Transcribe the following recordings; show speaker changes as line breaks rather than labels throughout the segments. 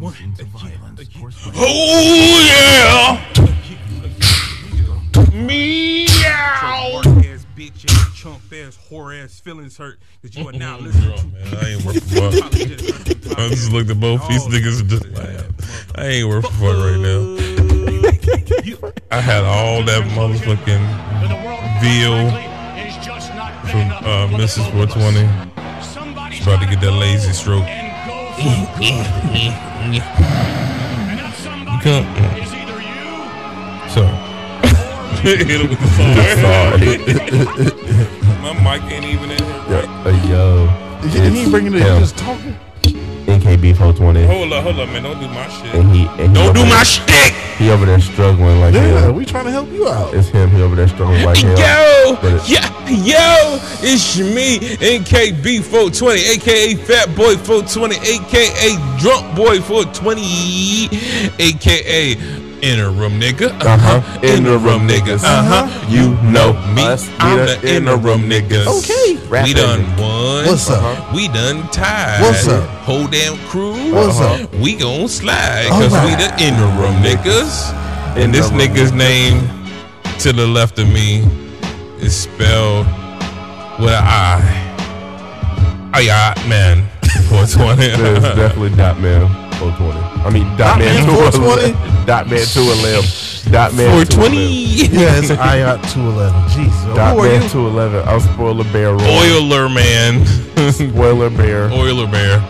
what? into violence.
Oh yeah! Meow!
ass bitch ass chump ass whore ass feelings hurt because you are now listening to
Man, I ain't worth a fuck. I just looked at both these niggas and just like, I ain't worth a fuck right now.
you,
I had all that motherfucking
Veal
Veal from uh, Mrs. 420.
Somebody's
About to get that lazy stroke.
And go for it. and that somebody
can't-
is either you
So hit him with the phone. My mic ain't even in here.
Uh, yo.
He ain't bringing it. He
him.
just talking.
NKB 420.
Hold up, hold up, man. Don't do my shit.
And he, and he over there-
shtick.
He over there struggling like
Yeah,
hell.
we trying to help you out.
It's him. He over there struggling like hell.
Yo,
But it-
yeah, yo, it's me, NKB 420, aka Fat Boy 420, aka Drunk Boy 420, aka Inner Room Nigga.
Uh-huh. Interim niggas. Uh-huh.
Uh huh.
You know
Me,
us.
I'm
We
the
the
Inner Room
interim
Niggas.
niggas.
Okay.
we
Rapping.
done won.
What's up?
We done tied.
What's up?
Whole damn crew.
What's up?
We gon' slide, cause
All
we
right.
the inner room niggas. And this
Interim
nigga's name to the left of me is spelled with an I. Ayat man. 420.
It's definitely Dot Man 420. I mean, Dot, Man
Man
211. Dot Man 211. Dot Man 211.
420.
Yeah, it's IOT 211. Jeez.
Dot Man 211. I'm Spoiler Bear Roy.
Oiler man.
Spoiler Bear.
Oiler bear.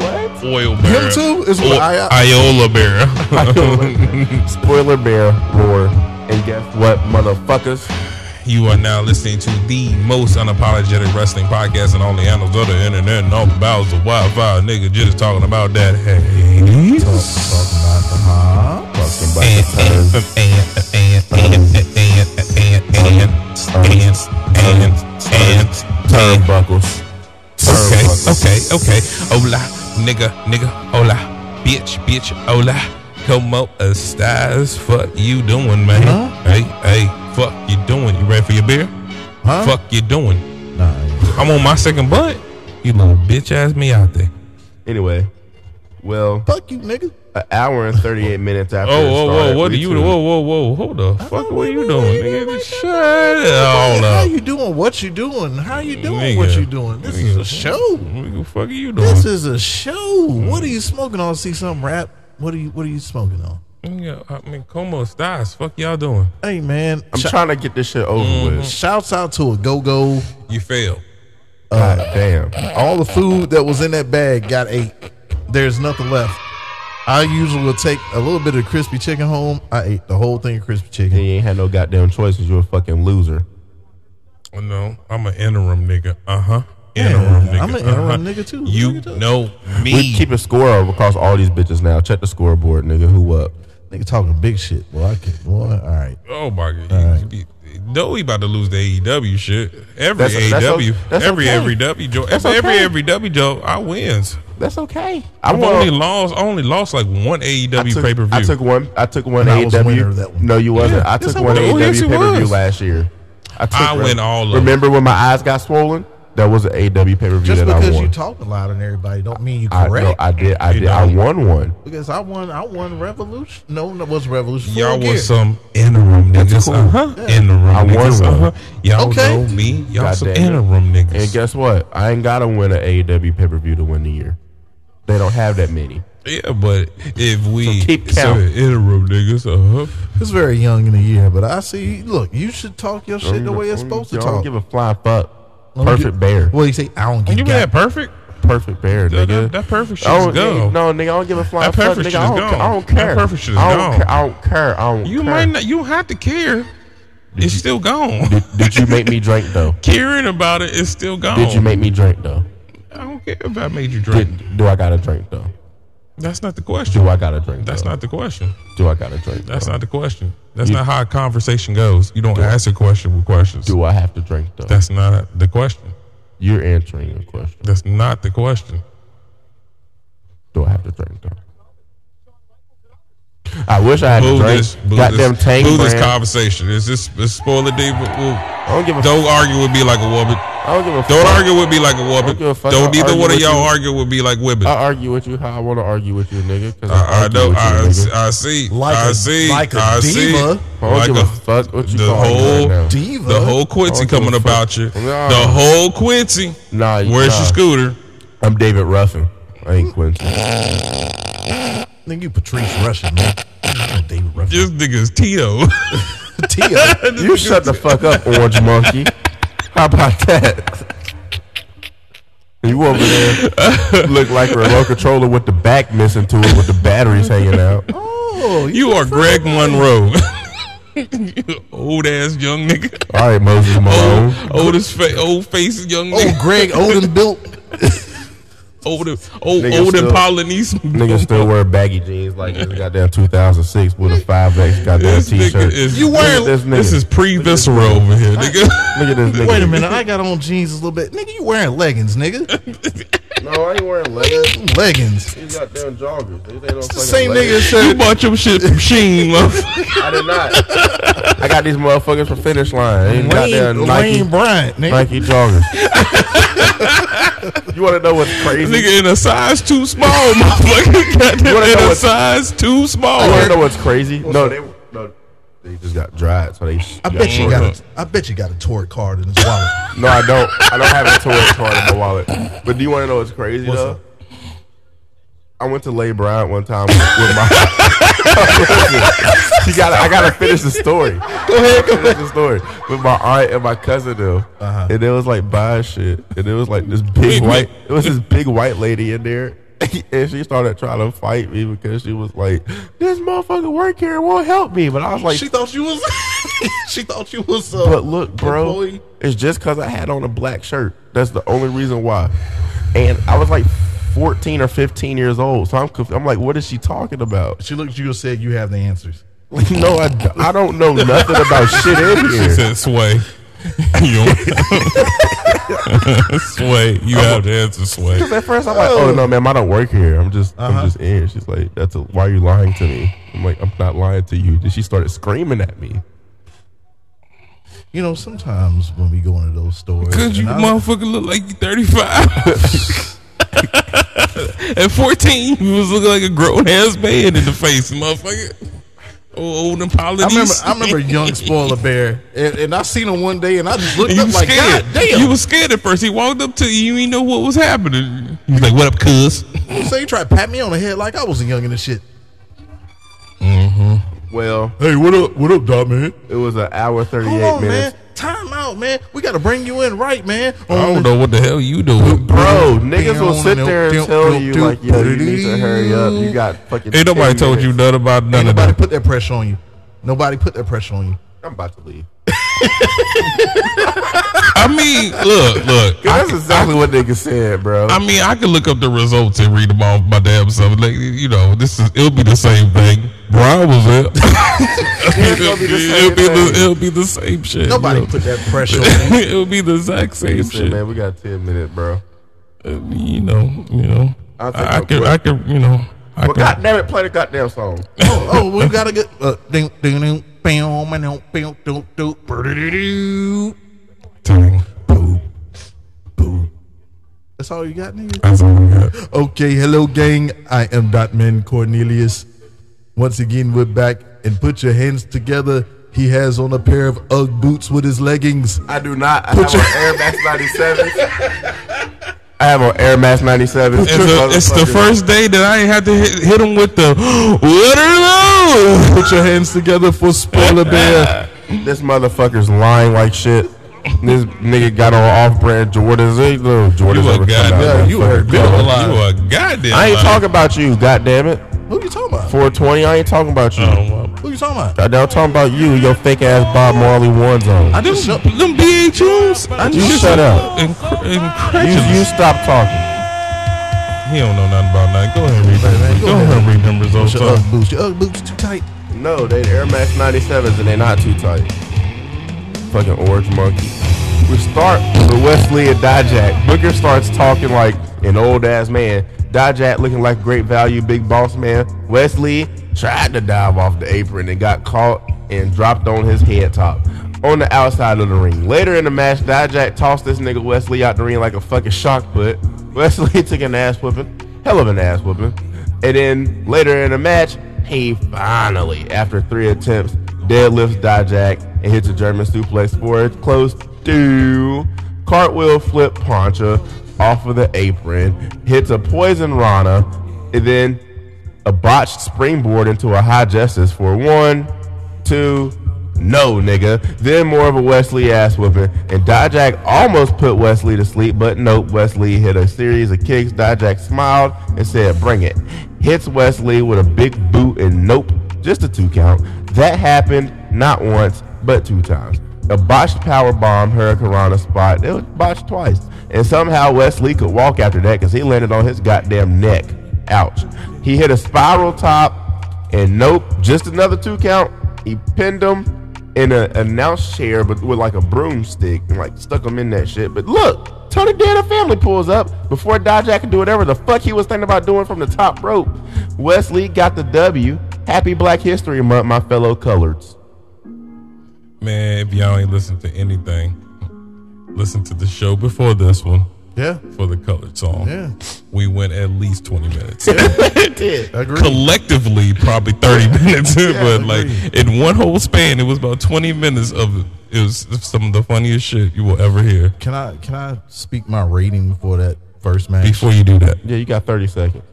What?
Oil bear.
Him too is what Ayat-
Iola bear.
Spoiler Bear Roar. And guess what, motherfuckers?
You are now listening to the most unapologetic wrestling podcast and only annals of the internet and all the bowels of Wi-Fi. Nigga, just talking about that. Hey,
Talking about the times. Turnbuckles.
Okay,
Turnbuckles.
okay, okay. Hola, nigga, nigga, hola, bitch, bitch, hola. Como estás? Fuck you doing, man?
Huh?
Hey, hey, fuck you doing? You ready for your beer?
Huh?
Fuck you doing?
Nah, I ain't.
I'm on my second butt. You little bitch ass me out there.
Anyway, well,
Fuck you, nigga.
an hour and 38 minutes after.
Oh,
it
whoa, whoa,
started,
what are
we
you?
two-
Whoa, whoa, whoa, hold up. Fuck, what are you doing, nigga? Shut
Hey,
all
how
up.
you doing? What you doing? How you doing?
Nigga.
What you doing? This is a show.
What the fuck are you
This
doing?
is a show. What are you smoking on? See something rap? What are you What are you smoking on?
Nigga, I mean, como estás? Fuck y'all doing?
Hey man,
I'm
sh-
trying to get this shit over
Mm-hmm.
with.
shouts out to a go go.
You failed.
God damn.
All the food that was in that bag got ate. There's nothing left. I usually will take a little bit of crispy chicken home. I ate the whole thing of crispy
You
chicken.
ain't had no goddamn choice because you're a fucking loser.
Oh, no, I'm an interim nigga. Uh huh.
Yeah,
Interim nigga.
I'm an interim
uh-huh.
nigga too.
You
Look at that.
know
We
me.
keep a score of across all these bitches now. Check the scoreboard, nigga. Who up?
Nigga talking big shit. Boy, I can boy, all right.
Oh my god. You- you- No, we about to lose the AEW shit. Every
That's- that's
AEW,
o- that's
every
okay.
every W Joe,
That's
every
okay.
every W Joe, I wins.
That's okay. I
I've only
won.
lost, I only lost like one E
I
AEW
took,
pay per view.
I took one. I took one
And I was
AEW.
winner of that one.
No, you wasn't.
Yeah,
I
yes,
took
I
one
was. Oh,
AEW
yes,
pay
you
per view
was.
last year. I, took
I win all of them.
Remember when my eyes got swollen? That was an AEW pay per view
Just
that I
because
won.
you talking loud and everybody don't mean you
I,
correct.
no, I did. I
You
did. I
don't.
won one.
because I won I won Revolution. No, no it wasn't Revolution.
Y'all
Full Gear.
was some interim niggas.
cool.
Uh-huh. Interim
I won
niggas.
one.
Uh-huh. Y'all
Okay.
know me. Y'all
God
some
damn it.
interim
And
niggas.
guess what? I ain't gotta win an AEW pay per view to win the year. They don't have that many.
yeah, but if we
So keep
some
count.
interim niggas, uh huh.
It's very young in the year, but I see. Look, you should talk your shit the way it's supposed to
I don't
talk.
give a flying fuck.
Let me
Perfect
get-
bear.
Well, you say I don't give.
You
You
mean that perfect?
Perfect bear,
That,
nigga.
that, that perfect shit
I
is gone.
don't, no, nigga, I don't give a flying
That
fuck,
perfect
nigga.
shit
I
is
don't,
gone.
I don't
That
care.
perfect shit is
I don't
gone.
care. I don't care. I don't
You
care.
might not. You don't have to care. It's still gone.
Did you make me drink though?
Caring about it is still gone.
Did you make me drink though?
I don't care if I made you drink.
Did, do I got to drink though?
That's not the
Do
question.
I got to drink?
That's
though?
not the question.
Do I got to drink?
That's
though?
not the question. That's not how a conversation goes. You don't ask a question with questions.
Do I have to drink though?
That's not the question.
You're answering a question.
That's not the question.
Do I have to drink though? I wish I had
Boo
to drink.
this, boo
Goddamn
this,
Tang
boo this
brand.
conversation. Is this is spoiler Dave?
I don't give a
Don't argue with me like a woman.
I don't give a
Don't
fuck.
argue with me like a
Don't
woman.
give a fuck.
Don't
I'll
neither
argue
one of
with
y'all
you.
argue with me like women.
I argue with you how I want to argue with you, nigga. Cause
I, I
argue
know.
with you,
I,
nigga.
I see.
Like
I
a-
see.
like a
I see.
diva.
I don't
Like
give a,
a-
fuck what you
the
call
whole-
me right now.
Diva.
the whole Quincy
I don't give a
coming
fuck.
about you.
Nah.
The whole Quincy.
Nah, you-
Where's
nah.
your scooter?
I'm David Ruffin. I ain't Quincy.
Nigga, you Patrice Russian, man. David Ruffin.
This nigga's Tito.
Tia.
you shut the fuck up, Orange Monkey. How about that? You over there look like a remote controller with the back missing to it with the batteries hanging out.
Oh, you
you are Greg Monroe. You old ass young nigga.
All right, Moses Malone.
Old as fa- old face young
Oh.
old
nigga.
Greg Odin built.
Old and- old,
Nigga
old and
still-
Polynesian.
Niggas still wear baggy jeans like this goddamn 2006 with a 5X goddamn
This nigga
t-shirt.
is
You
Look at
wearing?
this nigga.
this is pre visceral over here, nigga.
Look at this nigga.
Wait a minute, I got on jeans a little bit. Nigga, you wearing leggings, nigga?
No, I ain't wearing leggings.
leggings.
These goddamn joggers. These ain't no
The same nigga
leggings.
said
you bought your shit from Sheen, motherfucker.
I did not. I got these motherfuckers from Finish Line. These goddamn
Wayne,
Nike,
Wayne Bryant, nigga.
Nike joggers. you want to know what's crazy?
Nigga in a size too small, motherfucker.
You
Goddamn,
wanna know
in a
what-
size too small.
You want to know what's crazy? No, they no, they just got dried, so they.
I bet you got. A, I bet you got a tort card in his wallet.
No, I don't. I don't have a Tourist card in my wallet. But do you want to know what's crazy though?
up?
I went to Lay Bryant one time with my. Listen, you gotta, I gotta finish the story. Go ahead, go finish the story with my aunt and my cousin though,
Uh-huh.
and it was like buying shit, and it was like this
Wait,
big white.
wait.
It was this big white lady in there. And she started trying to fight me because she was like, "This motherfucker work here won't help me." But I was like,
she thought you was. she thought you was. Uh,
but look, bro,
employee.
it's just because I had on a black shirt. That's the only reason why. And I was like 14 or 15 years old, so I'm conf- I'm like, what is she talking about?
She looked at you and said, "You have the answers."
Like, no, I, d- I don't know nothing about shit in
She
here.
said, "Sway, you don't- sway, you have to answer sway."
At first, I'm like, oh Uh-huh. no, ma'am, I don't work here. I'm just I'm just in. She's like, that's a, why are you lying to me? I'm like, I'm not lying to you. Then she started screaming at me.
You know, sometimes when we go into those stores,
Cause you
and I-
motherfucker look like you thirty five. At fourteen, you was looking like a grown ass man in the face, motherfucker. Oh, old and
I remember,
Polynesian.
I remember young spoiler bear, and, and I seen him one day, and I just looked
You
up
was
like,
scared.
God damn!
You was scared at first. He walked up to you. You didn't know what was happening. He's like, "What up, cuz?"
so you try to pat me on the head like I was a young and shit.
Well,
Hey, what up? What up, dog man?
it was an hour 38
Hold on,
minutes.
man. Time out, man. We got to bring you in right, man. Um,
I don't know what the hell you doing.
Bro, niggas will sit there and tell you like, yo, you need to hurry up. You got fucking.
Ain't nobody
10
told you
minutes.
nothing about none
Ain't
of
nobody
that.
put that pressure on you. Nobody put that pressure on you.
I'm about to leave.
I mean, look, look. I,
That's exactly what niggas said, bro.
I mean, I can look up the results and read them off my damn self. Like, you know, this is it'll be the same thing. Brian was it. it'll,
gonna be the
be,
same
it'll, be the,
thing.
it'll be the same shit.
Nobody
you know.
put that pressure on you.
it'll be the exact same
Niggas said,
shit.
man, we got ten minutes, bro.
Uh, You know, you know.
I
I,
think
I,
I
can,
would.
I can, you know. I
But God
can,
damn it, play the goddamn song.
Oh, oh, we got to get. Uh, ding, ding, ding, bam, and ding, bam, doo, doo, brr-doo-doo.
dang,
That's all you got, nigga?
that's all we got.
Okay, hello, gang. I am Dotman Cornelius. Once again, we're back. And put your hands together. He has on a pair of Ugg boots with his leggings.
I do not. I
Put
have
your-
on Air Max ninety seven. I have on Air Max ninety seven.
It's, the it's the first day that I ain't had to hit, hit him with the what are those?
Put your hands together for Spoiler Bear.
This motherfucker's lying like shit. This nigga got on off-brand Jordans. Ain't no Jordans
You a
ever come out.
goddamn-
man.
you
Fuck
a
it.
goddamn-
You a goddamn.
I ain't
liar.
talking about you. God damn it.
Who you talking about?
420. I ain't talking about you.
Oh, well.
Who you talking about?
I- I'm talking about you, and your fake ass Bob Marley ones on.
I just
Them, them BHUs. I
You
just-
shut up.
Incre-
You,
incredulous.
you stop talking.
he don't know nothing about that. Go ahead and read them. Go ahead and read them results.
Your
up.
Ugg boots. Your Ugg boots too tight.
No, they Air Max 97s and they not too tight. Fucking orange monkey. We start with Wesley and Dijak. Booker starts talking like an old ass man. Dijak looking like great value, big boss man. Wesley tried to dive off the apron and got caught and dropped on his head top. on the outside of the ring. Later in the match, Dijak tossed this nigga Wesley out the ring like a fucking shock put. Wesley took an ass whooping, hell of an ass whooping. And then later in the match, he finally, after three attempts, deadlifts Dijak and hits a German suplex for a close two. Cartwheel flip plancha off of the apron, hits a poison Rana, and then a botched springboard into a high justice for one, two, no, nigga. Then more of a Wesley ass whooping. And Dijak almost put Wesley to sleep, but nope, Wesley hit a series of kicks. Dijak smiled and said, Bring it. Hits Wesley with a big boot and nope, just a two count. That happened not once, but two times. A botched power bomb, Hurricanrana spot. It was botched twice. And somehow Wesley could walk after that because he landed on his goddamn neck. Ouch. He hit a spiral top and nope, just another two count. He pinned him in an announce chair, but with like a broomstick and like stuck him in that shit. But look, Tony Dan and family pulls up before Dijak can do whatever the fuck he was thinking about doing from the top rope. Wesley got the W. Happy Black History Month, my fellow coloreds.
Man, if y'all ain't listen to anything, listen to the show before this one
Yeah.
for the colored song.
Yeah.
We went at least 20 minutes.
It did.
I agree.
Collectively, probably 30 minutes. but like
agreed.
in one whole span, it was about 20 minutes of it was some of the funniest shit you will ever hear.
Can I can I speak my rating for that first match?
Before you do that,
Yeah, you got 30 seconds.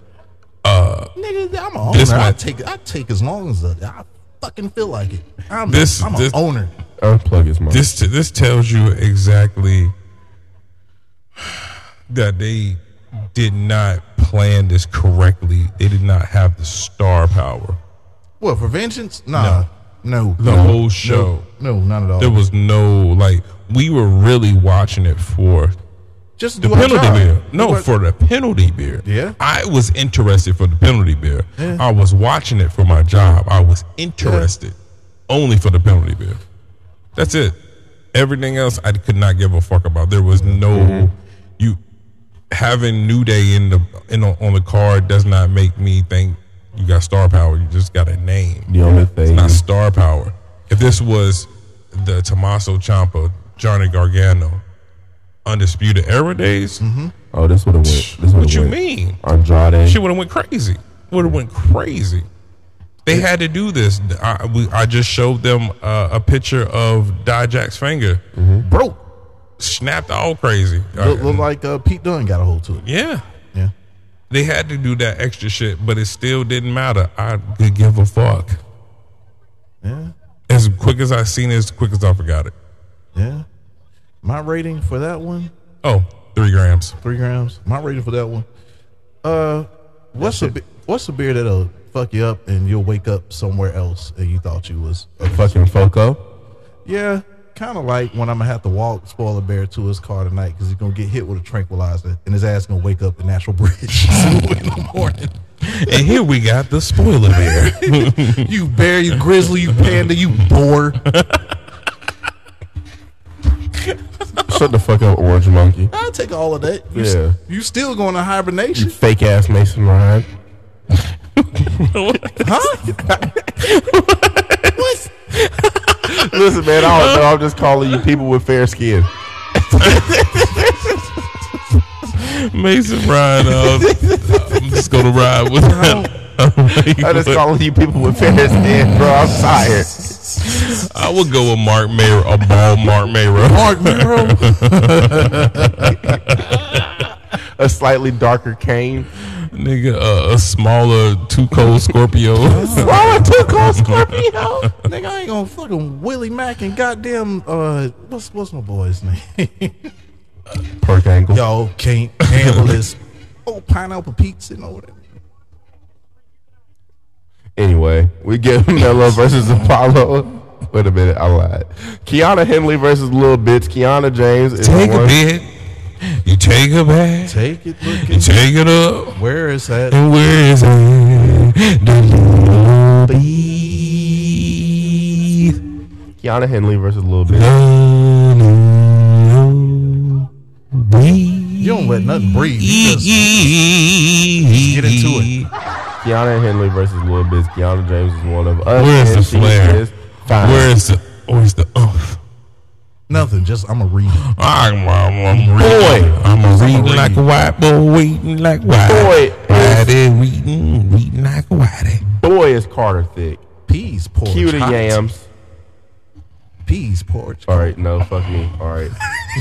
Nigga, I'm an
This
owner. I
one-
take I take as long as I, I fucking feel like it. I'm a-
This-
I'm
this-
an owner.
Unplug his mic.
this this tells you exactly that they did not plan this correctly. They did not have the star power.
What for vengeance? Nah, no,
The
no,
whole show.
no, not at all.
There was no like we were really watching it for
Just
the
do our
penalty
job.
beer.
Do
No,
our-
for the penalty beer.
Yeah.
I was interested for the penalty beer. I was watching it for my job. I was interested only for the penalty beer. That's it. Everything else I could not give a fuck about. There was no you having New Day in the in the, on the card does not make me think you got star power. You just got a name
the only thing.
not star power. If this was the Tommaso Ciampa, Johnny Gargano, Undisputed Era days,
Mm-hmm.
Oh, this would have went. This
what
would've
you
went.
mean?
Andrade.
She would have went crazy. Would have went crazy. They had to do this. I, we, I just showed them uh, a picture of Dijak's finger.
broke.
Snapped all crazy.
Look, look like uh, Pete Dunne got a hold to it.
yeah.
Yeah,
They had to do that extra shit, but it still didn't matter. I could give a fuck.
yeah,
As quick as I seen it, as quick as I forgot it.
yeah. My rating for that one,
Oh, three grams.
three grams. My rating for that one. Uh, what's a be- what's a beer that'll fuck you up and you'll wake up somewhere else and you thought you was
fucking Foco.
Yeah, kind of like when I'm gonna have to walk spoiler bear to his car tonight because he's gonna get hit with a tranquilizer and his ass gonna wake up in Natural Bridge in the morning.
And here we got the spoiler bear.
You bear, you grizzly, you panda, you boar.
Shut the fuck up, Orange Monkey.
I'll take all of that. You,
Yeah.
s- you still going to
You
hibernation?
fake ass Mason Ryan.
Huh? what?
Listen, man, I don't know. I'm just calling you people with fair skin.
Mason Ryan. Uh, I'm just gonna ride with him.
I'm just calling you people with fair skin, bro. I'm tired.
I would go with Mark Mayer, a ball Mark Mayer.
Mark Miro?
A slightly darker cane.
Nigga, uh, a smaller two cold Scorpio.
Swallow two cold Scorpio.
Nigga, I ain't gonna fucking Willie Mack and goddamn, uh, what's, what's my boy's name?
Perk angle.
Y'all can't handle this old Oh, pineapple pizza and all that.
Anyway, we get Melo versus Apollo. Wait a minute, I lied. Kiana Henley versus Lil Bitch. Kiana James is
take a
one.
bit, you take a back,
Take it, look
you
at
take it up,
Where is that?
and where is it? The little bee.
Kiana Henley versus Lil Bitch.
The little bee.
You don't let nothing breathe. You just-
Get
into
it.
Kiana Henley versus Lil Bitch. Kiana James is one of us.
Where's
and
the
she
flair?
is fine.
Where is the where's the oomph?
Nothing. Just I'm a read.
I'm, I'm, I'm reading.
Boy.
I'm a reading like a white boy, waiting like white.
Boy.
Whitey reading, reading like a whitey.
Boy, is Carter thick.
Peas porch.
Cue the
hot.
yams.
Peas porch.
All right, no, fuck me. All right.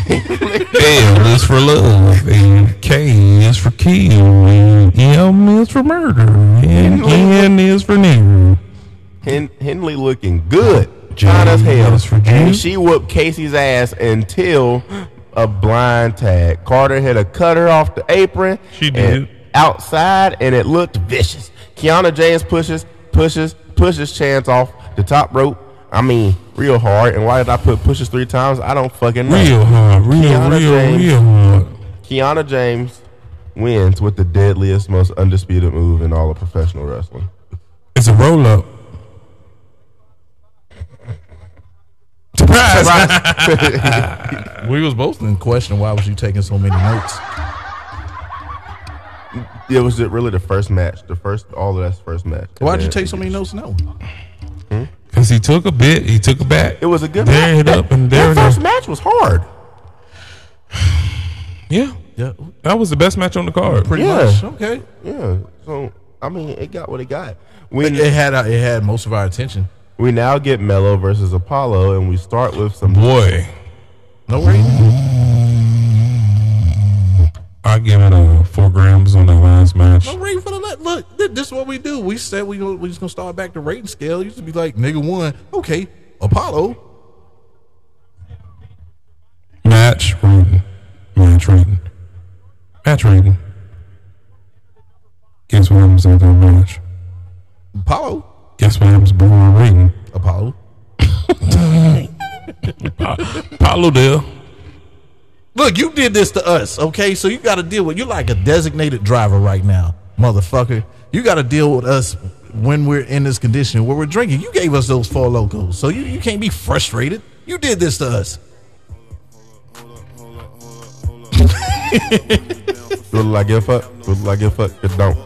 L is for love, and K is for kill, and M is for murder, and N is for nigger.
Hen- Henley looking good. John as hell.
James for
And
James.
she whooped Casey's ass until a blind tag. Carter hit a cutter off the apron.
She
and
did.
Outside, and it looked vicious. Kiana James pushes, pushes, pushes Chance off the top rope. I mean, real hard. And why did I put pushes three times? I don't fucking know.
Real hard, real,
Kiana
real,
James.
real hard.
Kiana James wins with the deadliest, most undisputed move in all of professional wrestling.
It's a roll up. Surprise! we was both.
In question, why was you taking so many notes?
It was really the first match. The first, all of that's first match.
Why'd you
And
take so many notes now?
Cause he took a bit, he took a back.
It was a good
There
match.
it up and there
That
it up.
first match was hard.
Yeah,
Yeah,
that was the best match on the card.
pretty
Yeah.
much. Okay.
Yeah. So I mean, it got what it got. We
It had uh, it had most of our attention.
we now get Mello versus Apollo, and we start with some.
Boy,
No worries.
I give it a four grams on that last match.
No rating for the let. Look, thi- this is what we do. We said we gonna- we just gonna start back the rating scale. It used to be like nigga one, okay, Apollo.
Match rating, match rating, match rating. Guess what happens in that match?
Apollo.
Guess what happens before rating?
Apollo.
Paulo Dell.
Look, you did this to us, okay? So you got to deal with. You're like a designated driver right now, motherfucker. You got to deal with us when we're in this condition where we're drinking. You gave us those four locos, so you, you can't be frustrated. You did this to us.
Will I give a fuck? Will I give a fuck? It don't.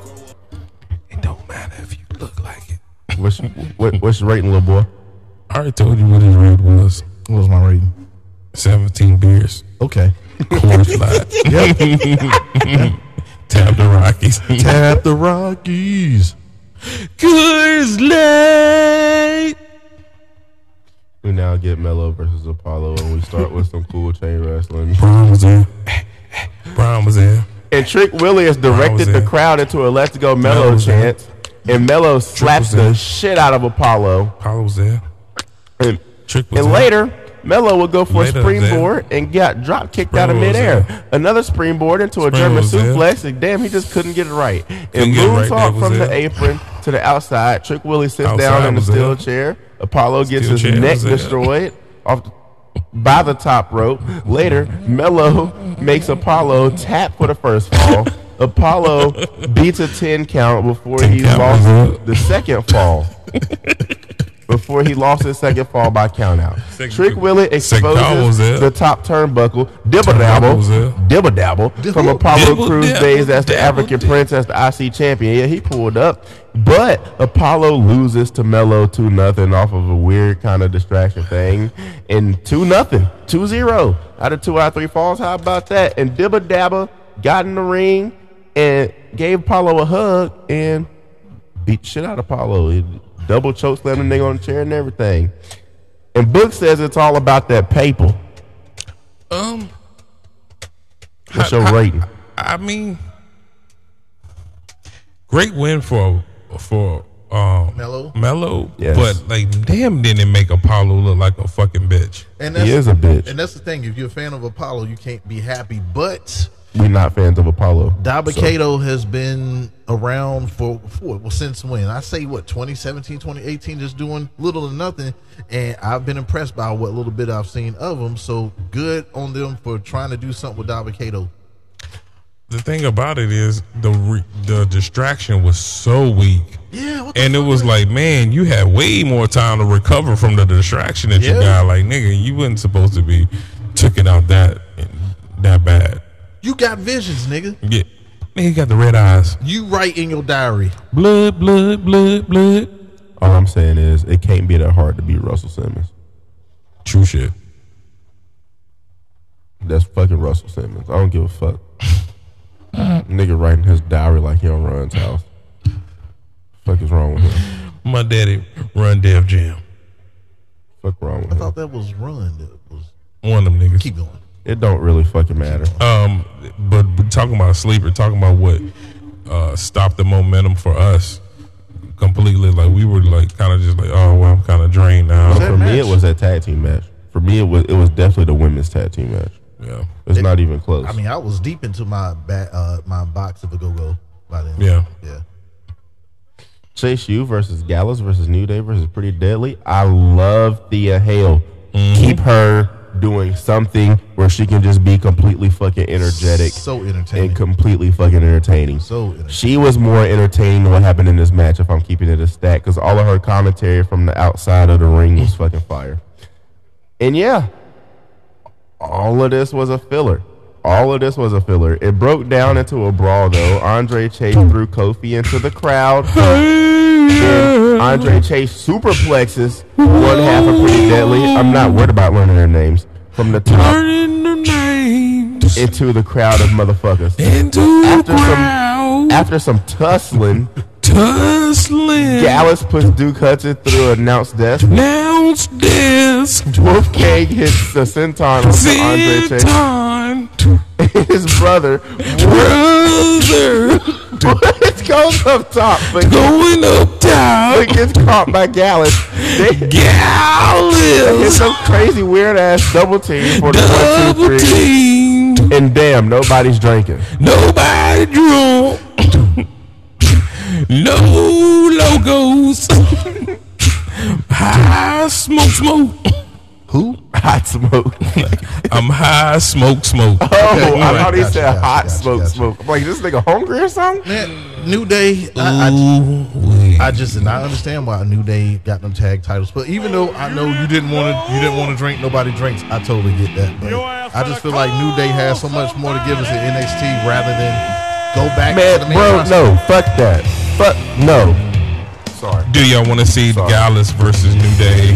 It don't matter if you look like it.
What's what, what's your rating, little boy?
I already told you what his rate was.
What was my rating?
Seventeen beers,
Okay.
Coors Light. Tap the Rockies.
Tap the Rockies.
Coors Light.
We now get Mello versus Apollo, and we start with some cool chain wrestling.
Brian was there. Brian was there.
And Trick Willie has directed
That was
the
it.
crowd into a Let's Go
That
Mello
was it.
chant, and Mello slaps
was it.
the shit out of Apollo.
Paulo was there.
And,
Trick was
and
there.
later, Mello would go for
Later then.
a springboard and got drop kicked out of
Springboard was
midair. Another springboard into a German
Springboard was there.
suplex, and damn, he just couldn't get it right. And
get it right,
moves
that
off
was
from
it.
the apron to the outside. Trick Willie sits
Outside
down in the
was
steel
it.
chair. Apollo gets
Steel
his
chair
neck
was it.
destroyed off the, by the top rope. Later, Mello makes Apollo tap for the first fall. Apollo beats a 10 count before he
count was
lost
it.
the second fall before he lost his second fall by countout.
Second-
Trick Willie
second down was
exposes
it.
the top turnbuckle, dibble
down
dabble,
was it.
dibble dabble from Apollo
Dibble
Cruz
dabble,
days as the
dabble
African
dabble.
Prince as the IC champion. Yeah, he pulled up, but Apollo loses to Mello two nothing off of a weird kind of distraction thing, and two nothing, two zero out of two out of three falls. How about that? And dibble dabble got in the ring and gave Apollo a hug and beat the shit out of Apollo. He double choke slammed the nigga on the chair and everything. And Book says it's all about that paper.
Um,
What's your rating?
I mean, great win for for um
Mello?
Mello,
Yes.
but like, damn, didn't it make Apollo look like a fucking bitch?
And
He is a bitch.
And that's the thing. If you're a fan of Apollo, you can't be happy. But
We're not fans of Apollo.
Dabakato has been around for, for well since when? I say what 2017, 2018, just doing little to nothing, and I've been impressed by what little bit I've seen of them. So good on them for trying to do something with Dabakato.
The thing about it is the re- the distraction was so weak.
Yeah, what the
And it was like, man, you had way more time to recover from the distraction that
Yeah.
you got. Like, nigga, you wasn't supposed to be taking out that that bad.
you got visions, nigga.
Yeah, man, he got the red eyes.
You write in your diary.
Blood, blood, blood, blood.
All I'm saying is it can't be that hard to beat Russell Simmons.
True shit.
That's fucking Russell Simmons. I don't give a fuck. Nigga writing his diary like he on Ron's house. Fuck is wrong with him?
My daddy run Dev Jam.
Fuck wrong with
I
him?
thought that was run. That was
One of them niggas.
keep going.
It don't really fucking matter.
Um, but, but talking about sleeper, talking about what uh, stopped the momentum for us completely. Like we were like kind of just like, oh well, I'm kind of drained now.
that
For me, it
match?
was that tag team match. For me, it was it was definitely the women's tag team match.
Yeah,
It's not even close.
I mean, I was deep into my ba- uh, my box of a go go by then.
yeah.
yeah.
Chase U versus Gallus versus New Day versus Pretty Deadly. I love Thea Hale. Keep her doing something where she can just be completely fucking energetic
So entertaining.
and completely fucking entertaining.
so entertaining.
She was more entertaining than what happened in this match, if I'm keeping it a stack, because all of her commentary from the outside of the ring was fucking fire. And yeah, all of this was a filler. All of this was a filler. It broke down into a brawl, though. Andre Chase threw Kofi into the crowd. Then Andre Chase superplexes one half of Pretty Deadly. I'm not worried about learning their names. From the top into the crowd of motherfuckers. After some, after some tussling, Gallus pushed Duke Hudson through an announced desk.
Announce this
Wolfgang hits the senton onto Andre Chase.
time,
His brother
brother,
goes up top, but
going up
but
down,
gets caught by Gallus. They it's
Alice,
some crazy weird ass double team for the one, two,
double
three.
team,
And damn, nobody's drinking.
nobody drunk, no logos, high smoke, smoke.
Who?
Hot smoke.
I'm high smoke, smoke.
oh, I
right,
thought he
gotcha,
said
gotcha,
hot
gotcha,
smoke,
gotcha.
smoke. I'm like, this nigga hungry or something?
Man, New Day. I,
Ooh,
I, I just and I understand why New Day got them tag titles, but even though I know you didn't want to, you didn't want to drink. Nobody drinks. I totally get that. But I just feel like New Day has so much more to give us in NXT rather than go back
Man,
to the main
bro,
roster.
no, fuck that. Fuck no. Sorry.
Do y'all want to see
Sorry.
Gallus versus New Day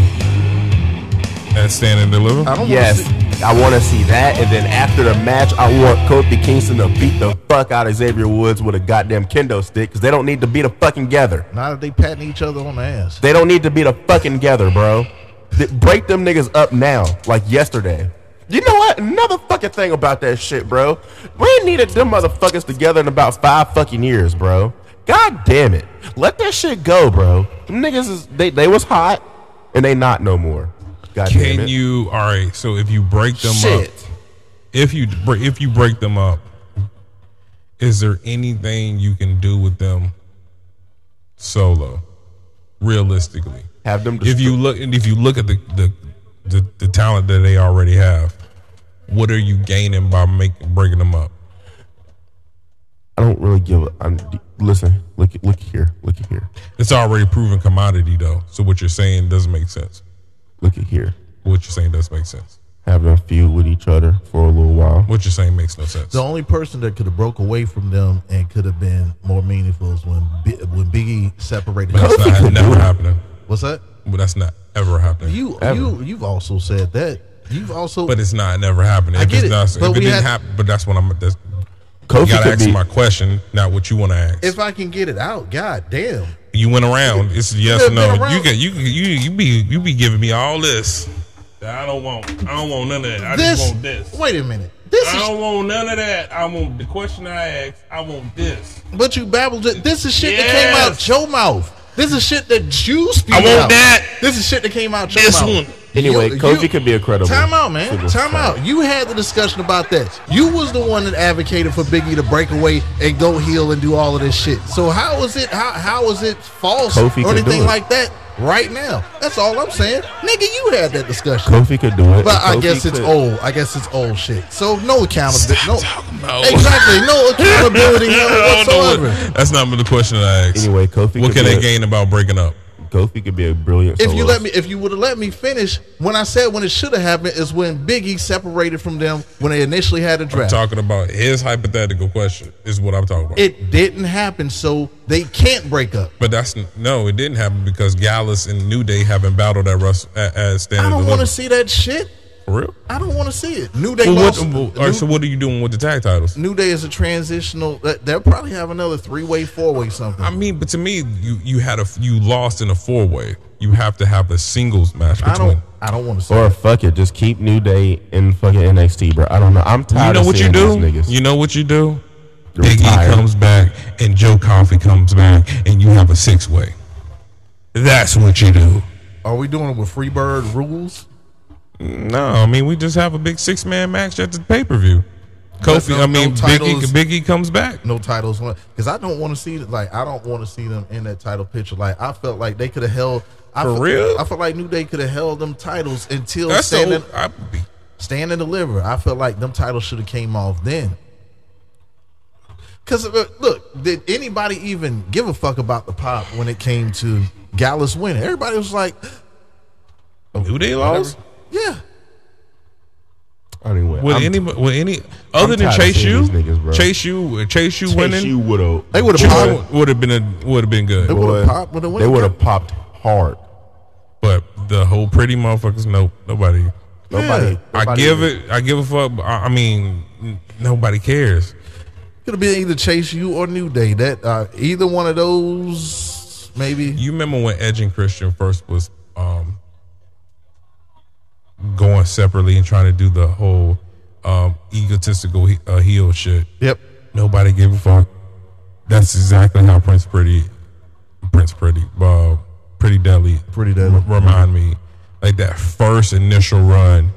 at Stand and Deliver?
I don't wanna
Yes,
see-
I want to see that. And then after the match, I want Kofi Kingston to beat the fuck out of Xavier Woods with a goddamn kendo stick because they don't need to be the fucking gather.
Not if they patting each other on the ass.
They don't need to be the fucking gather, bro. Th- Break them niggas up now, like yesterday. You know what? Another fucking thing about that shit, bro. We ain't needed them motherfuckers together in about five fucking years, bro. God damn it. Let that shit go, bro. Them niggas is they, they was hot and they not no more. God damn
Can
it.
you? All right. So if you break them
shit.
up, if you br- if you break them up, is there anything you can do with them solo? Realistically,
Have them
if you look and if you look at the the, the the talent that they already have, what are you gaining by making breaking them up?
I don't really give a I'm listen, look look here, look at here,
It's already proven commodity though. So what you're saying doesn't make sense.
look at here.
What you're saying doesn't make sense.
Have them feud with each other for a little while.
What you're saying makes no sense.
The only person that could have broke away from them and could have been more meaningful is when Bi- when Biggie separated.
But
himself.
that's not never happening.
What's that?
But that's not ever happening.
You
Ever.
you you've also said that. You've also
But it's not never happening.
I
If
get
it's
it,
not,
but
if it
we
didn't
had-
happen, but that's what I'm. That's, you
Kofi
gotta
could
ask
be
my question, not what you want to ask.
if I can get it out, god damn.
you went around. It's yes
Yeah,
or no.
been around.
You can. You you you be you be giving me all this. that I don't want. I don't want none of that. I
This,
just want this.
wait a minute. This
I don't
is
want none of that. I want the question I asked. I want this.
but you babbled it. This is shit that came
Yes.
out your mouth. This is shit that you speak
I want
out.
that.
This is shit that came out your
This
mouth.
one.
Anyway,
You-
Kofi
you-
could be a credible.
Time out, man.
single
Time
star.
out. You had the discussion about that. You was the one that advocated for Biggie to break away and go heel and do all of this shit. So how is it? How how is it false
Kofi
or
could do
anything
it.
like that right now? That's all I'm saying, nigga. You had that discussion,
Kofi could do it.
but I
Kofi
guess it's
could-
old. I guess it's old shit. So no accountability. No,
about it.
exactly. No accountability
I don't know what-
whatsoever.
that's not the question I asked.
Anyway, Kofi
what
could
can
be
they
a-
gain about breaking up?
Kofi could be a brilliant.
If you
soloist.
let me, if you would have let me finish, when I said when it should have happened is when Biggie separated from them when they initially had a draft.
Talking about his hypothetical question is what I'm talking about.
It didn't happen, so they can't break up.
But that's no, it didn't happen because Gallus and New Day haven't battled at Russ at, at Stand
I
and
don't
Deliver.
want to see that shit.
For real?
I don't want to see it. New Day
Well, what,
lost.
well, all right,
New,
so what are you doing with the tag titles?
New Day is a transitional. they- They'll probably have another three way, four way something.
I mean, but to me, you you had a you lost in a four way. You have to have a singles match
I
between.
don't. I don't want to see.
Or
it.
fuck it, just keep New Day in fucking NXT, bro. I don't know. I'm
You
tired.
know
of
what you
seeing
do?
These niggas.
You know what you do?
They're
Big E
retired.
comes back and Joe Coffey comes back and you have a six way. That's what you do.
Are we doing it with Freebird rules?
No, I mean we just have a big six man match at the pay per view. Kofi,
no-
I mean
no
Biggie,
titles.
Biggie comes back.
No titles, because I don't want to see like I don't want to see them in that title picture. Like I felt like they could have held. I
For
felt-
real?
I felt like New Day could have held them titles until
That's
Stand
the
and,
I,
Stand and Deliver. I felt like them titles should have came off then. Because look, did anybody even give a fuck about the pop when it came to Gallus winning? Everybody was like, Oh,
New Day lost.
yeah,
Anyway,
With
I'm-
any, with any other than
tired of
Chase
seeing
U,
these niggas, bro.
Chase U, Chase U winning,
you would have.
They would've popped.
would have been a would have been good.
They would've popped with a win.
They would have popped hard.
But the whole pretty motherfuckers, nope, nobody.
Nobody.
I
nobody
give
even-
it, I give a fuck. but I, I mean, n- nobody cares.
Could have been either Chase U or New Day. That uh, either one of those, maybe.
You remember when Edge and Christian first was um, going separately and trying to do the whole um, egotistical he- uh, heel shit?
Yep.
Nobody gave a fuck. That's exactly how Prince Pretty, Prince Pretty, uh, Pretty Deadly,
Pretty Deadly.
r- remind me like that first initial run,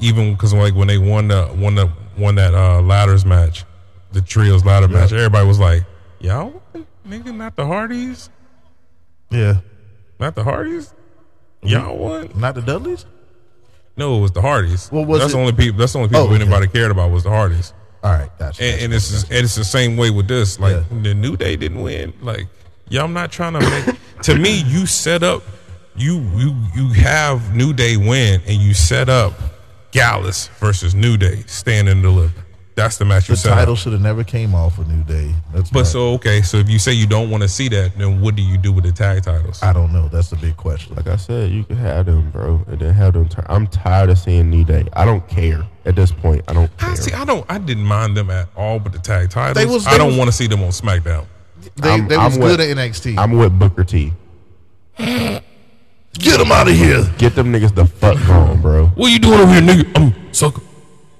even because like when they won the won the won that uh, ladders match, the trios ladder match, everybody was like, "Y'all, nigga, not the Hardys,
Yeah.
not the Hardys,
Mm-hmm.
y'all what?"
Not the Dudleys.
No, it was the Hardys.
What was
that's
it?
the only people. That's the only people
Oh, okay.
anybody cared about was the Hardys.
All right, gotcha.
And, and it's just- and it's the same way with this. Like the New Day didn't win. Like y'all, I'm not trying to make. to me, you set up. You you you have New Day win, and you set up Gallus versus New Day stand and deliver. That's the match you
the
set
title
up.
should have never came off a New Day. That's
But
right.
so okay, so if you say you don't want to see that, then what do you do with the tag titles?
I don't know. That's a big question.
Like I said, you could have them, bro, and then have them. Turn. I'm tired of seeing New Day. I don't care at this point. I don't care.
I see. I don't. I didn't mind them at all, but the tag titles.
They was-
I
they
don't
was-
want to see them on SmackDown.
They,
I'm-
they was
I'm
good
with-
at NXT.
I'm with Booker T.
Get them out of here.
Get them niggas the fuck gone, bro.
What you doing over here, nigga? I'm sucker.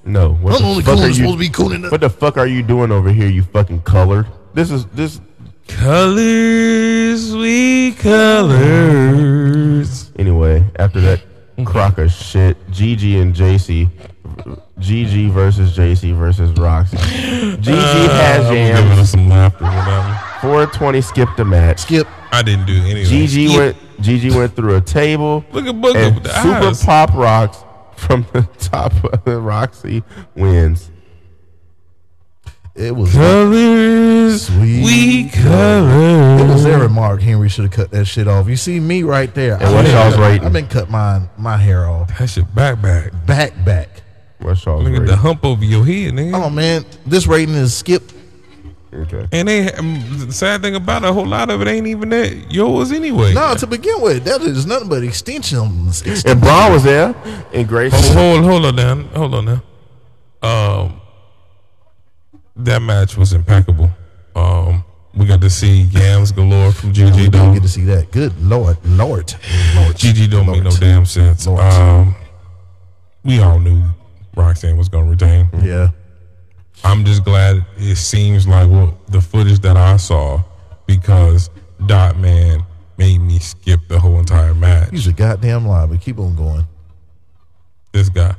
No, what the fuck are you-
cool enough.
What the fuck are you doing over here? You fucking colored. This is this.
Colors, we colors.
Anyway, after that crock of shit, Gigi and JC, Gigi versus JC versus Roxy. Gigi
Uh,
has
I'm giving
jams.
us some laughter with that
420 skipped the match.
Skip.
one. I didn't do anything.
Gigi went. Gigi went through a table.
Look at Booker
and
with the
Super
eyes.
pop rocks from the top of the Roxy wins.
It was. It
Colors,
Sweet
we colors.
was their remark. Henry should have cut that shit off. You see me right there.
And what y'all's rating?
I've been cut my my hair off.
That shit back back.
Back back.
What's y'all
Look at the hump over your head, nigga.
Come on, man. This rating is skip.
Okay.
And they, um, the sad thing about it, a whole lot of it ain't even that yours anyway.
No, to begin with, that is nothing but extensions. Ext-
And Braun was there. And Grace.
Oh, hold, hold on now. Hold on now. Um, that match was impeccable. Um, we got to see yams galore from
We
GG
don't
though.
get to see that. Good lord, lord, lord.
GG don't make no damn sense.
Lord.
Um, we all knew Roxanne was going to retain.
Yeah,
I'm just glad it seems like well, the footage that I saw because Dot Man made me skip the whole entire match.
he's a goddamn lie, but keep on going.
This guy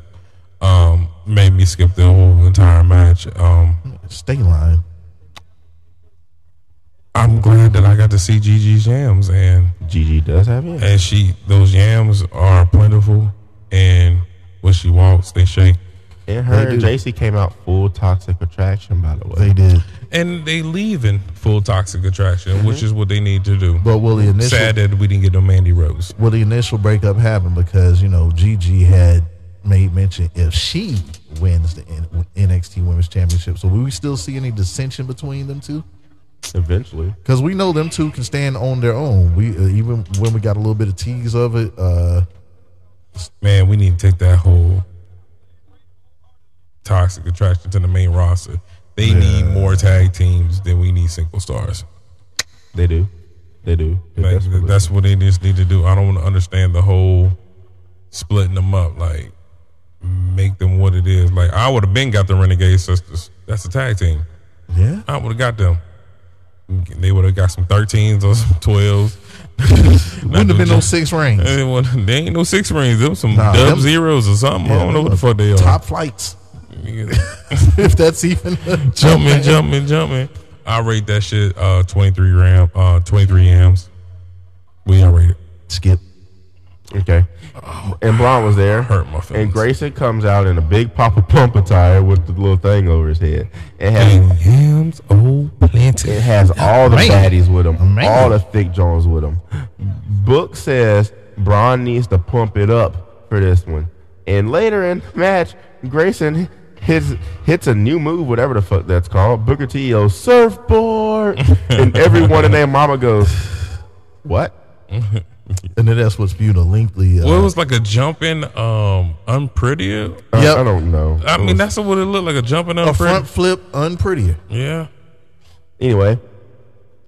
um, made me skip the whole entire match. Um,
Stay lying.
I'm glad that I got to see Gigi's yams and
Gigi does have it.
and she those yams are plentiful and when she walks they shake
And her
They
and
do.
JC came out full toxic attraction, by the way.
They did,
and they leave in full toxic attraction which is what they need to do.
but will the initial
Sad that we didn't get no Mandy Rose.
will the initial breakup happen because you know Gigi had made mention if she wins the N- NXT Women's Championship, so will we still see any dissension between them two?
Eventually.
Because we know them two can stand on their own. We uh, even when we got a little bit of tease of it. uh
Man, we need to take that whole toxic attraction to the main roster. They need more tag teams than we need single stars.
They do. They do. They
Like,
desperately-
that's what they just need to do. I don't want to understand the whole splitting them up. Like, make them what it is. Like, I would have been got the Renegade Sisters. That's a tag team.
Yeah.
I would have got them. They would have got some 13s or some 12s.
Wouldn't have been no six rings.
They wasn't- they ain't no six rings. Them some
Nah,
dub
them-
zeros or something. I don't know what the fuck they are.
Top flights, if that's even.
jumping, jumping, jumping. I rate that shit uh, 23 gram, uh, 23 yams. We don't rate it.
Skip.
Okay. And Braun was there.
Hurt my feelings.
And Grayson comes out in a big Papa Pump attire with the little thing over his head. And has,
Yams, old
it
plenty.
has all the
Man.
baddies with him,
Man.
all the thick Jones with him. Book says Braun needs to pump it up for this one. And later in the match, Grayson hits hits a new move, whatever the fuck that's called. Booker T yells surfboard, and everyone in their mama goes, "What?"
And then that's what's viewed a lengthy. Uh,
Well, it was like a jumping, um, unprettier.
I-
Yep.
uh,
Uh,
I, don't know.
I
It
mean,
was-
that's what it looked like a jumping
a
unpretty.
front flip, unprettier.
yeah.
anyway.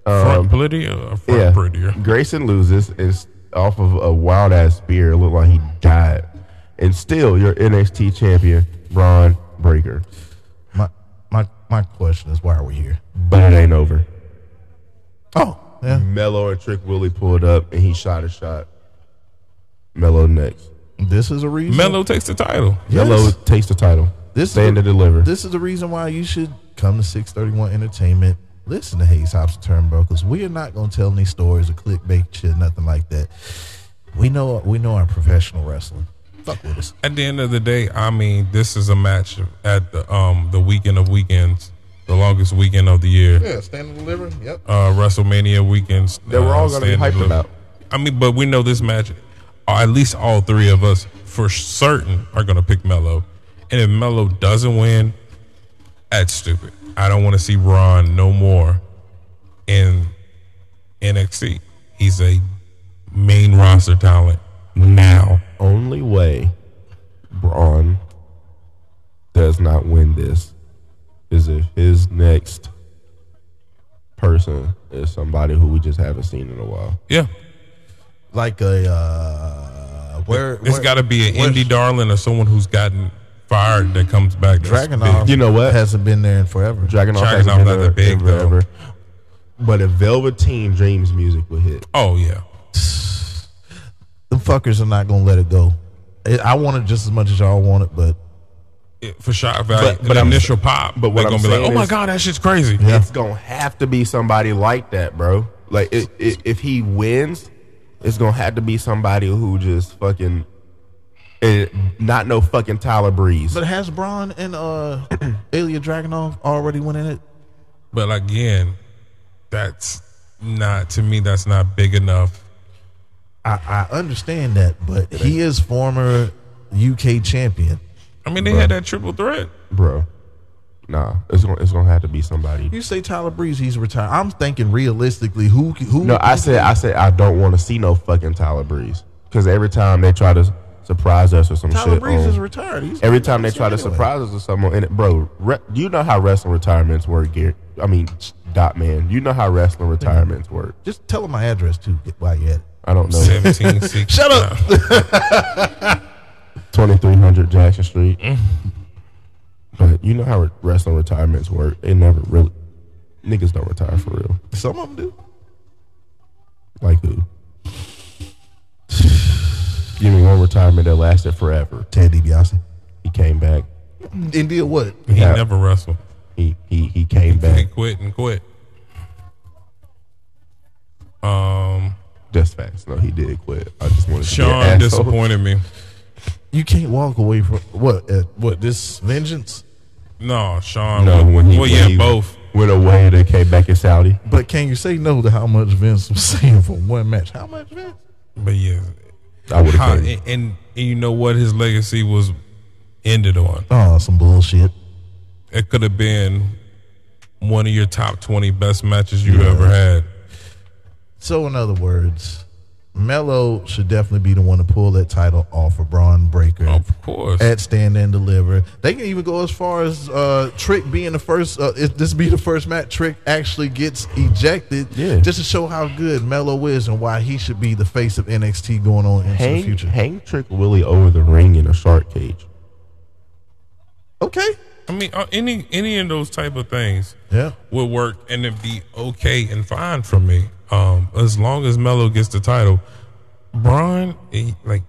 Front prettier, a front
Um, Yeah.
prettier.
Grayson loses is off of a wild ass spear. It looked like he died. And still your NXT champion, Braun Breaker.
My my my question is, why are we here?
But it ain't over.
Oh, yeah.
Mello and Trick Willie pulled up and he shot a shot. Mello next.
This is a reason.
Melo takes the title.
Yes.
Mello takes the title.
This is
stand
a-
to deliver.
This is the reason why you should come to 631 Entertainment. Listen to Hayes Hops Turnbuckles. We are not going to tell any stories or clickbait shit, nothing like that. We know we know our professional wrestling. Fuck with us.
At the end of the day, I mean, this is a match at the um the weekend of weekends, the longest weekend of the year.
Yeah, stand and deliver. Yep.
uh, WrestleMania weekends.
That we're
uh,
all gonna be
stand
hyped
and deliver.
about.
I mean, but we know this match, or at least all three of us for certain are going to pick Melo. And if Melo doesn't win, that's stupid. I don't want to see Ron no more in NXT. He's a main roster talent now.
Only way Braun does not win this is if his next person is somebody who we just haven't seen in a while.
Yeah.
Like a uh, where
It's
where-
got to be an
where-
indie darling or someone who's gotten fired that comes back. That's
Dragunov.
big.
You know what?
Hasn't been there in forever.
Dragon Off
Dragon
hasn't
Off
been
not
there
that big,
in
though.
forever. But if Velveteen Dreams music would hit,
Oh, yeah.
Them fuckers are not going to let it go. I- I want it just as much as y'all want it, but
it- for shock value,
But-
but,
but I'm-
initial pop.
but what
they're
I'm
gonna be like,
saying
oh my
is-
god, that shit's crazy.
Yeah.
it's gonna have to be somebody like that, bro. Like i i if he wins, it's gonna have to be somebody who just fucking eh, not no fucking Tyler Breeze.
but has Braun and uh Ilya Dragunov already winning it?
But again, that's not to me. That's not big enough.
I, I understand that, but he is former UK champion.
I mean, they had that triple threat.
bro. Nah, it's gonna it's gonna have to be somebody.
You say Tyler Breeze, he's retired. I'm thinking realistically, who who?
No, I said I said I don't want to see no fucking Tyler Breeze because every time they try to surprise us or some
Tyler
shit,
Breeze
on-
is retired. He's
every time they try to
anyway.
surprise us or something, and it, bro, re, you know how wrestling retirements work, Garrett. I mean, dot man, you know how wrestling retirements work.
Just tell him my address too. Get while you at it.
I don't know.
Seventeen six. Shut up.
2300 Jackson Street.
Mm.
but you know how re- wrestling retirements work. They never really, niggas don't retire for real.
Some of them do.
Like who? Give me one retirement that lasted forever.
Ted DiBiase.
He came back.
And did what?
He
Yeah.
never wrestled.
He he he came
He
back.
quit and quit. Um,
That's facts. No, he did quit. I just wanted to be an
Sean
asshole.
disappointed me.
You can't walk away from what? Uh, what this vengeance?
No, Sean.
No,
was-
when he,
well,
when
yeah,
he
both.
went away. They came back in Saudi.
But can you say no to how much Vince was saying for one match? How much Vince?
But yeah,
I would
How-
have.
and, and you know what? His legacy was ended on.
Oh, some bullshit.
it could have been one of your top 20 best matches you ever had.
So in other words, Melo should definitely be the one to pull that title off of Braun Breaker.
Of course.
At Stand and Deliver. They can even go as far as uh, Trick being the first, uh, if this be the first match Trick actually gets ejected,
Yeah.
just to show how good Melo is and why he should be the face of NXT going on into the
Hang,
future.
hang Trick Willie over the ring in a shark cage.
Okay.
I mean, uh, any any of those type of things
Yeah.
would work and it'd be okay and fine for me. Um, as long as Melo gets the title, Braun, he, like,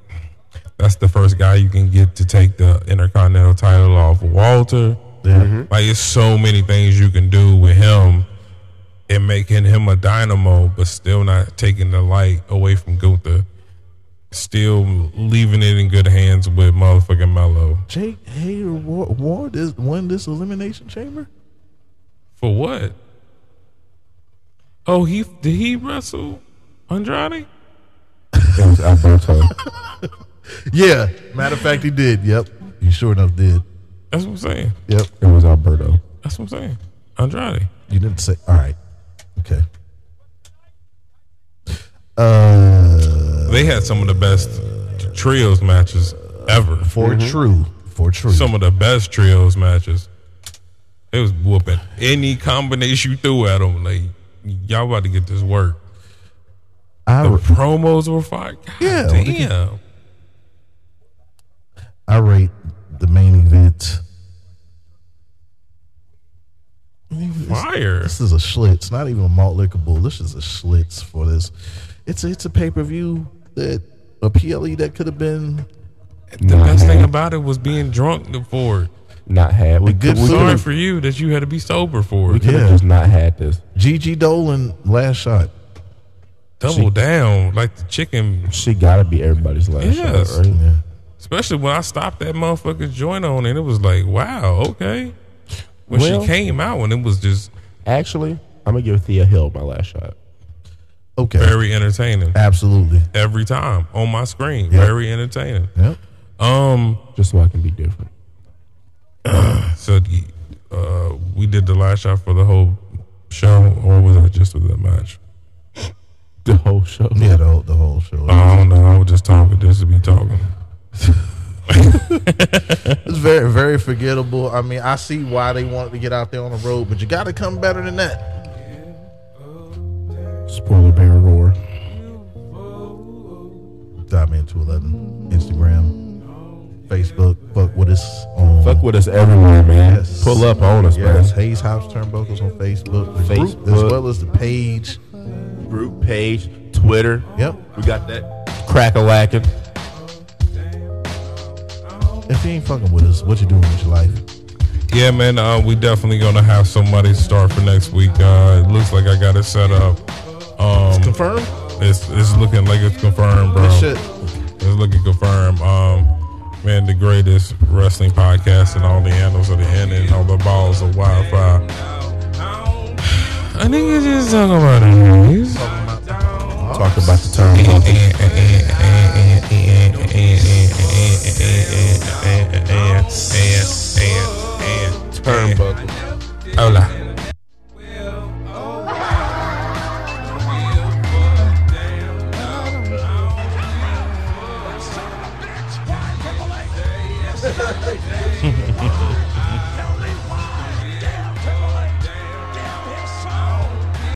that's the first guy you can get to take the Intercontinental title off Walter.
Yeah.
Like, it's so many things you can do with him and making him a dynamo, but still not taking the light away from Gunther. Still leaving it in good hands with motherfucking Melo.
Jake Hager war, war this, won this elimination chamber?
For what? Oh, he did he wrestle Andrade?
It was Alberto.
Yeah. Matter of fact, he did. Yep. He sure enough did.
That's what I'm saying.
Yep.
it was Alberto.
That's what I'm saying. Andrade.
You didn't say. All right. Okay. Uh,
They had some of the best trios matches ever.
for true. For true.
Some of the best trios matches. It was whooping. Any combination you threw at them, like y'all about to get this work.
I,
The
ra-
promos were fire. God
Yeah, well, they can-
damn.
I rate the main event.
Fire.
This is a schlitz, not even a malt liquor bull. This is a schlitz for this. It's a, it's a pay per view that a PLE that could have been
The best thing about it was being drunk for it.
Not had. We
good
could. We
Sorry
could
for you that you had to be sober for it.
Yeah.
have just not had this.
GG Dolan last shot.
Double down like the chicken
She gotta be everybody's last
Yes.
shot, right?
Yeah.
Especially when I stopped that motherfucker's joint on and it was like, wow, okay. When
Well-
she came out and it was just
Actually, I'm gonna give Thea Hill my last shot.
Okay.
very entertaining
Absolutely.
every time on my screen. Very entertaining.
Yep.
Um,
Just so I can be different.
so uh, we did the last shot for the whole show, or was that just for that match?
The whole show.
Yeah, the whole, the whole show.
I don't know. I was just talking just to be talking.
It's very, very forgettable. I mean, I see why they wanted to get out there on the road, but you got to come better than that.
Spoiler bear roar.
Dive into 11 Instagram, Facebook. Fuck with us on
Fuck with us everywhere, man.
Yes.
Pull up on us,
yes,
man.
Hayes Hops Turnbuckles on Facebook, the group,
Facebook.
as well as the page.
Group page, Twitter.
Yep.
We got that. Crack a lacking.
If you ain't fucking with us, what you doing with your life?
Yeah, man, uh, we definitely gonna have somebody start for next week. Uh, it looks like I got it set up. Um,
Confirm?
It's it's looking like it's confirmed, bro.
Oh.
shit.
It's looking confirmed. Um, man, the greatest wrestling podcast and all the handles of the end and all the balls of Wi-Fi. I think it's just talking about it.